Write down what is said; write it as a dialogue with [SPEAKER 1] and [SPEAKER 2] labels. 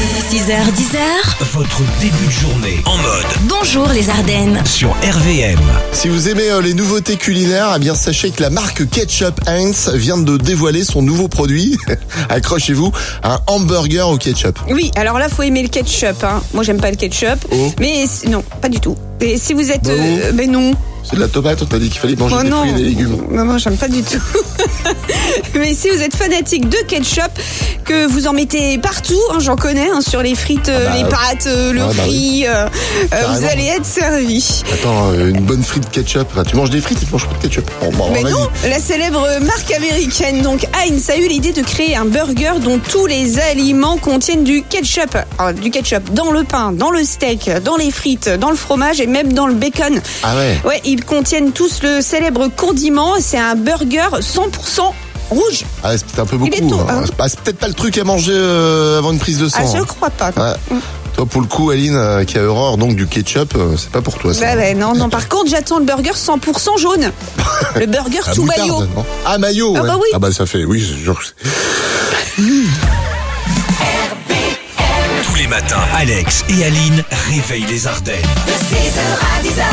[SPEAKER 1] 6h, 10h,
[SPEAKER 2] Votre début de journée en mode
[SPEAKER 1] bonjour les Ardennes.
[SPEAKER 2] sur RVM.
[SPEAKER 3] Si vous aimez euh, les nouveautés culinaires, eh bien sachez que la marque Ketchup Heinz vient de dévoiler son nouveau produit. Accrochez-vous, un hamburger au ketchup.
[SPEAKER 4] Oui, alors là, faut aimer le ketchup. Hein. Moi, j'aime pas le ketchup.
[SPEAKER 3] Oh.
[SPEAKER 4] Mais si- non, pas du tout. Et si vous êtes.
[SPEAKER 3] Bah non.
[SPEAKER 4] euh, mais non.
[SPEAKER 3] C'est de la tomate, on t'a dit qu'il fallait manger
[SPEAKER 4] Oh
[SPEAKER 3] des
[SPEAKER 4] non.
[SPEAKER 3] fruits et des légumes.
[SPEAKER 4] Non, non, j'aime pas du tout. mais si vous êtes fanatique de ketchup, que vous en mettez partout, hein, j'en connais, hein, sur les frites, euh,
[SPEAKER 3] bah,
[SPEAKER 4] les pâtes, euh, le
[SPEAKER 3] ah bah
[SPEAKER 4] riz, euh, euh, vous
[SPEAKER 3] Carrément.
[SPEAKER 4] allez être servi.
[SPEAKER 3] Attends, euh, une bonne frite ketchup. Enfin, tu manges des frites et tu manges pas de ketchup. Bon, bah,
[SPEAKER 4] Mais
[SPEAKER 3] vas-y.
[SPEAKER 4] non, la célèbre marque américaine, donc Heinz, a eu l'idée de créer un burger dont tous les aliments contiennent du ketchup. Alors, du ketchup dans le pain, dans le steak, dans les frites, dans le fromage et même dans le bacon.
[SPEAKER 3] Ah ouais.
[SPEAKER 4] Ouais, ils contiennent tous le célèbre condiment. C'est un burger 100% rouge.
[SPEAKER 3] Ah, c'est peut-être un peu beaucoup.
[SPEAKER 4] est tôt, hein.
[SPEAKER 3] Ah, c'est peut-être pas le truc à manger euh, avant une prise de
[SPEAKER 4] Ah,
[SPEAKER 3] sang.
[SPEAKER 4] je crois pas.
[SPEAKER 3] hein. Ouais. Toi, pour le coup, Aline, euh, qui a horreur donc du ketchup, euh, c'est pas pour toi. Ça.
[SPEAKER 4] Bah Ouais, ouais, non, non. Par contre, j'attends le burger 100% jaune. Le burger
[SPEAKER 3] Ah,
[SPEAKER 4] tout
[SPEAKER 3] moutarde,
[SPEAKER 4] maillot.
[SPEAKER 3] non Ah, maillot.
[SPEAKER 4] Ah
[SPEAKER 3] ouais.
[SPEAKER 4] bah oui.
[SPEAKER 3] Ah bah ça fait, oui, je- je-
[SPEAKER 2] Tous les matins, Alex et Aline réveillent les Ardennes.
[SPEAKER 5] De 6h à 10h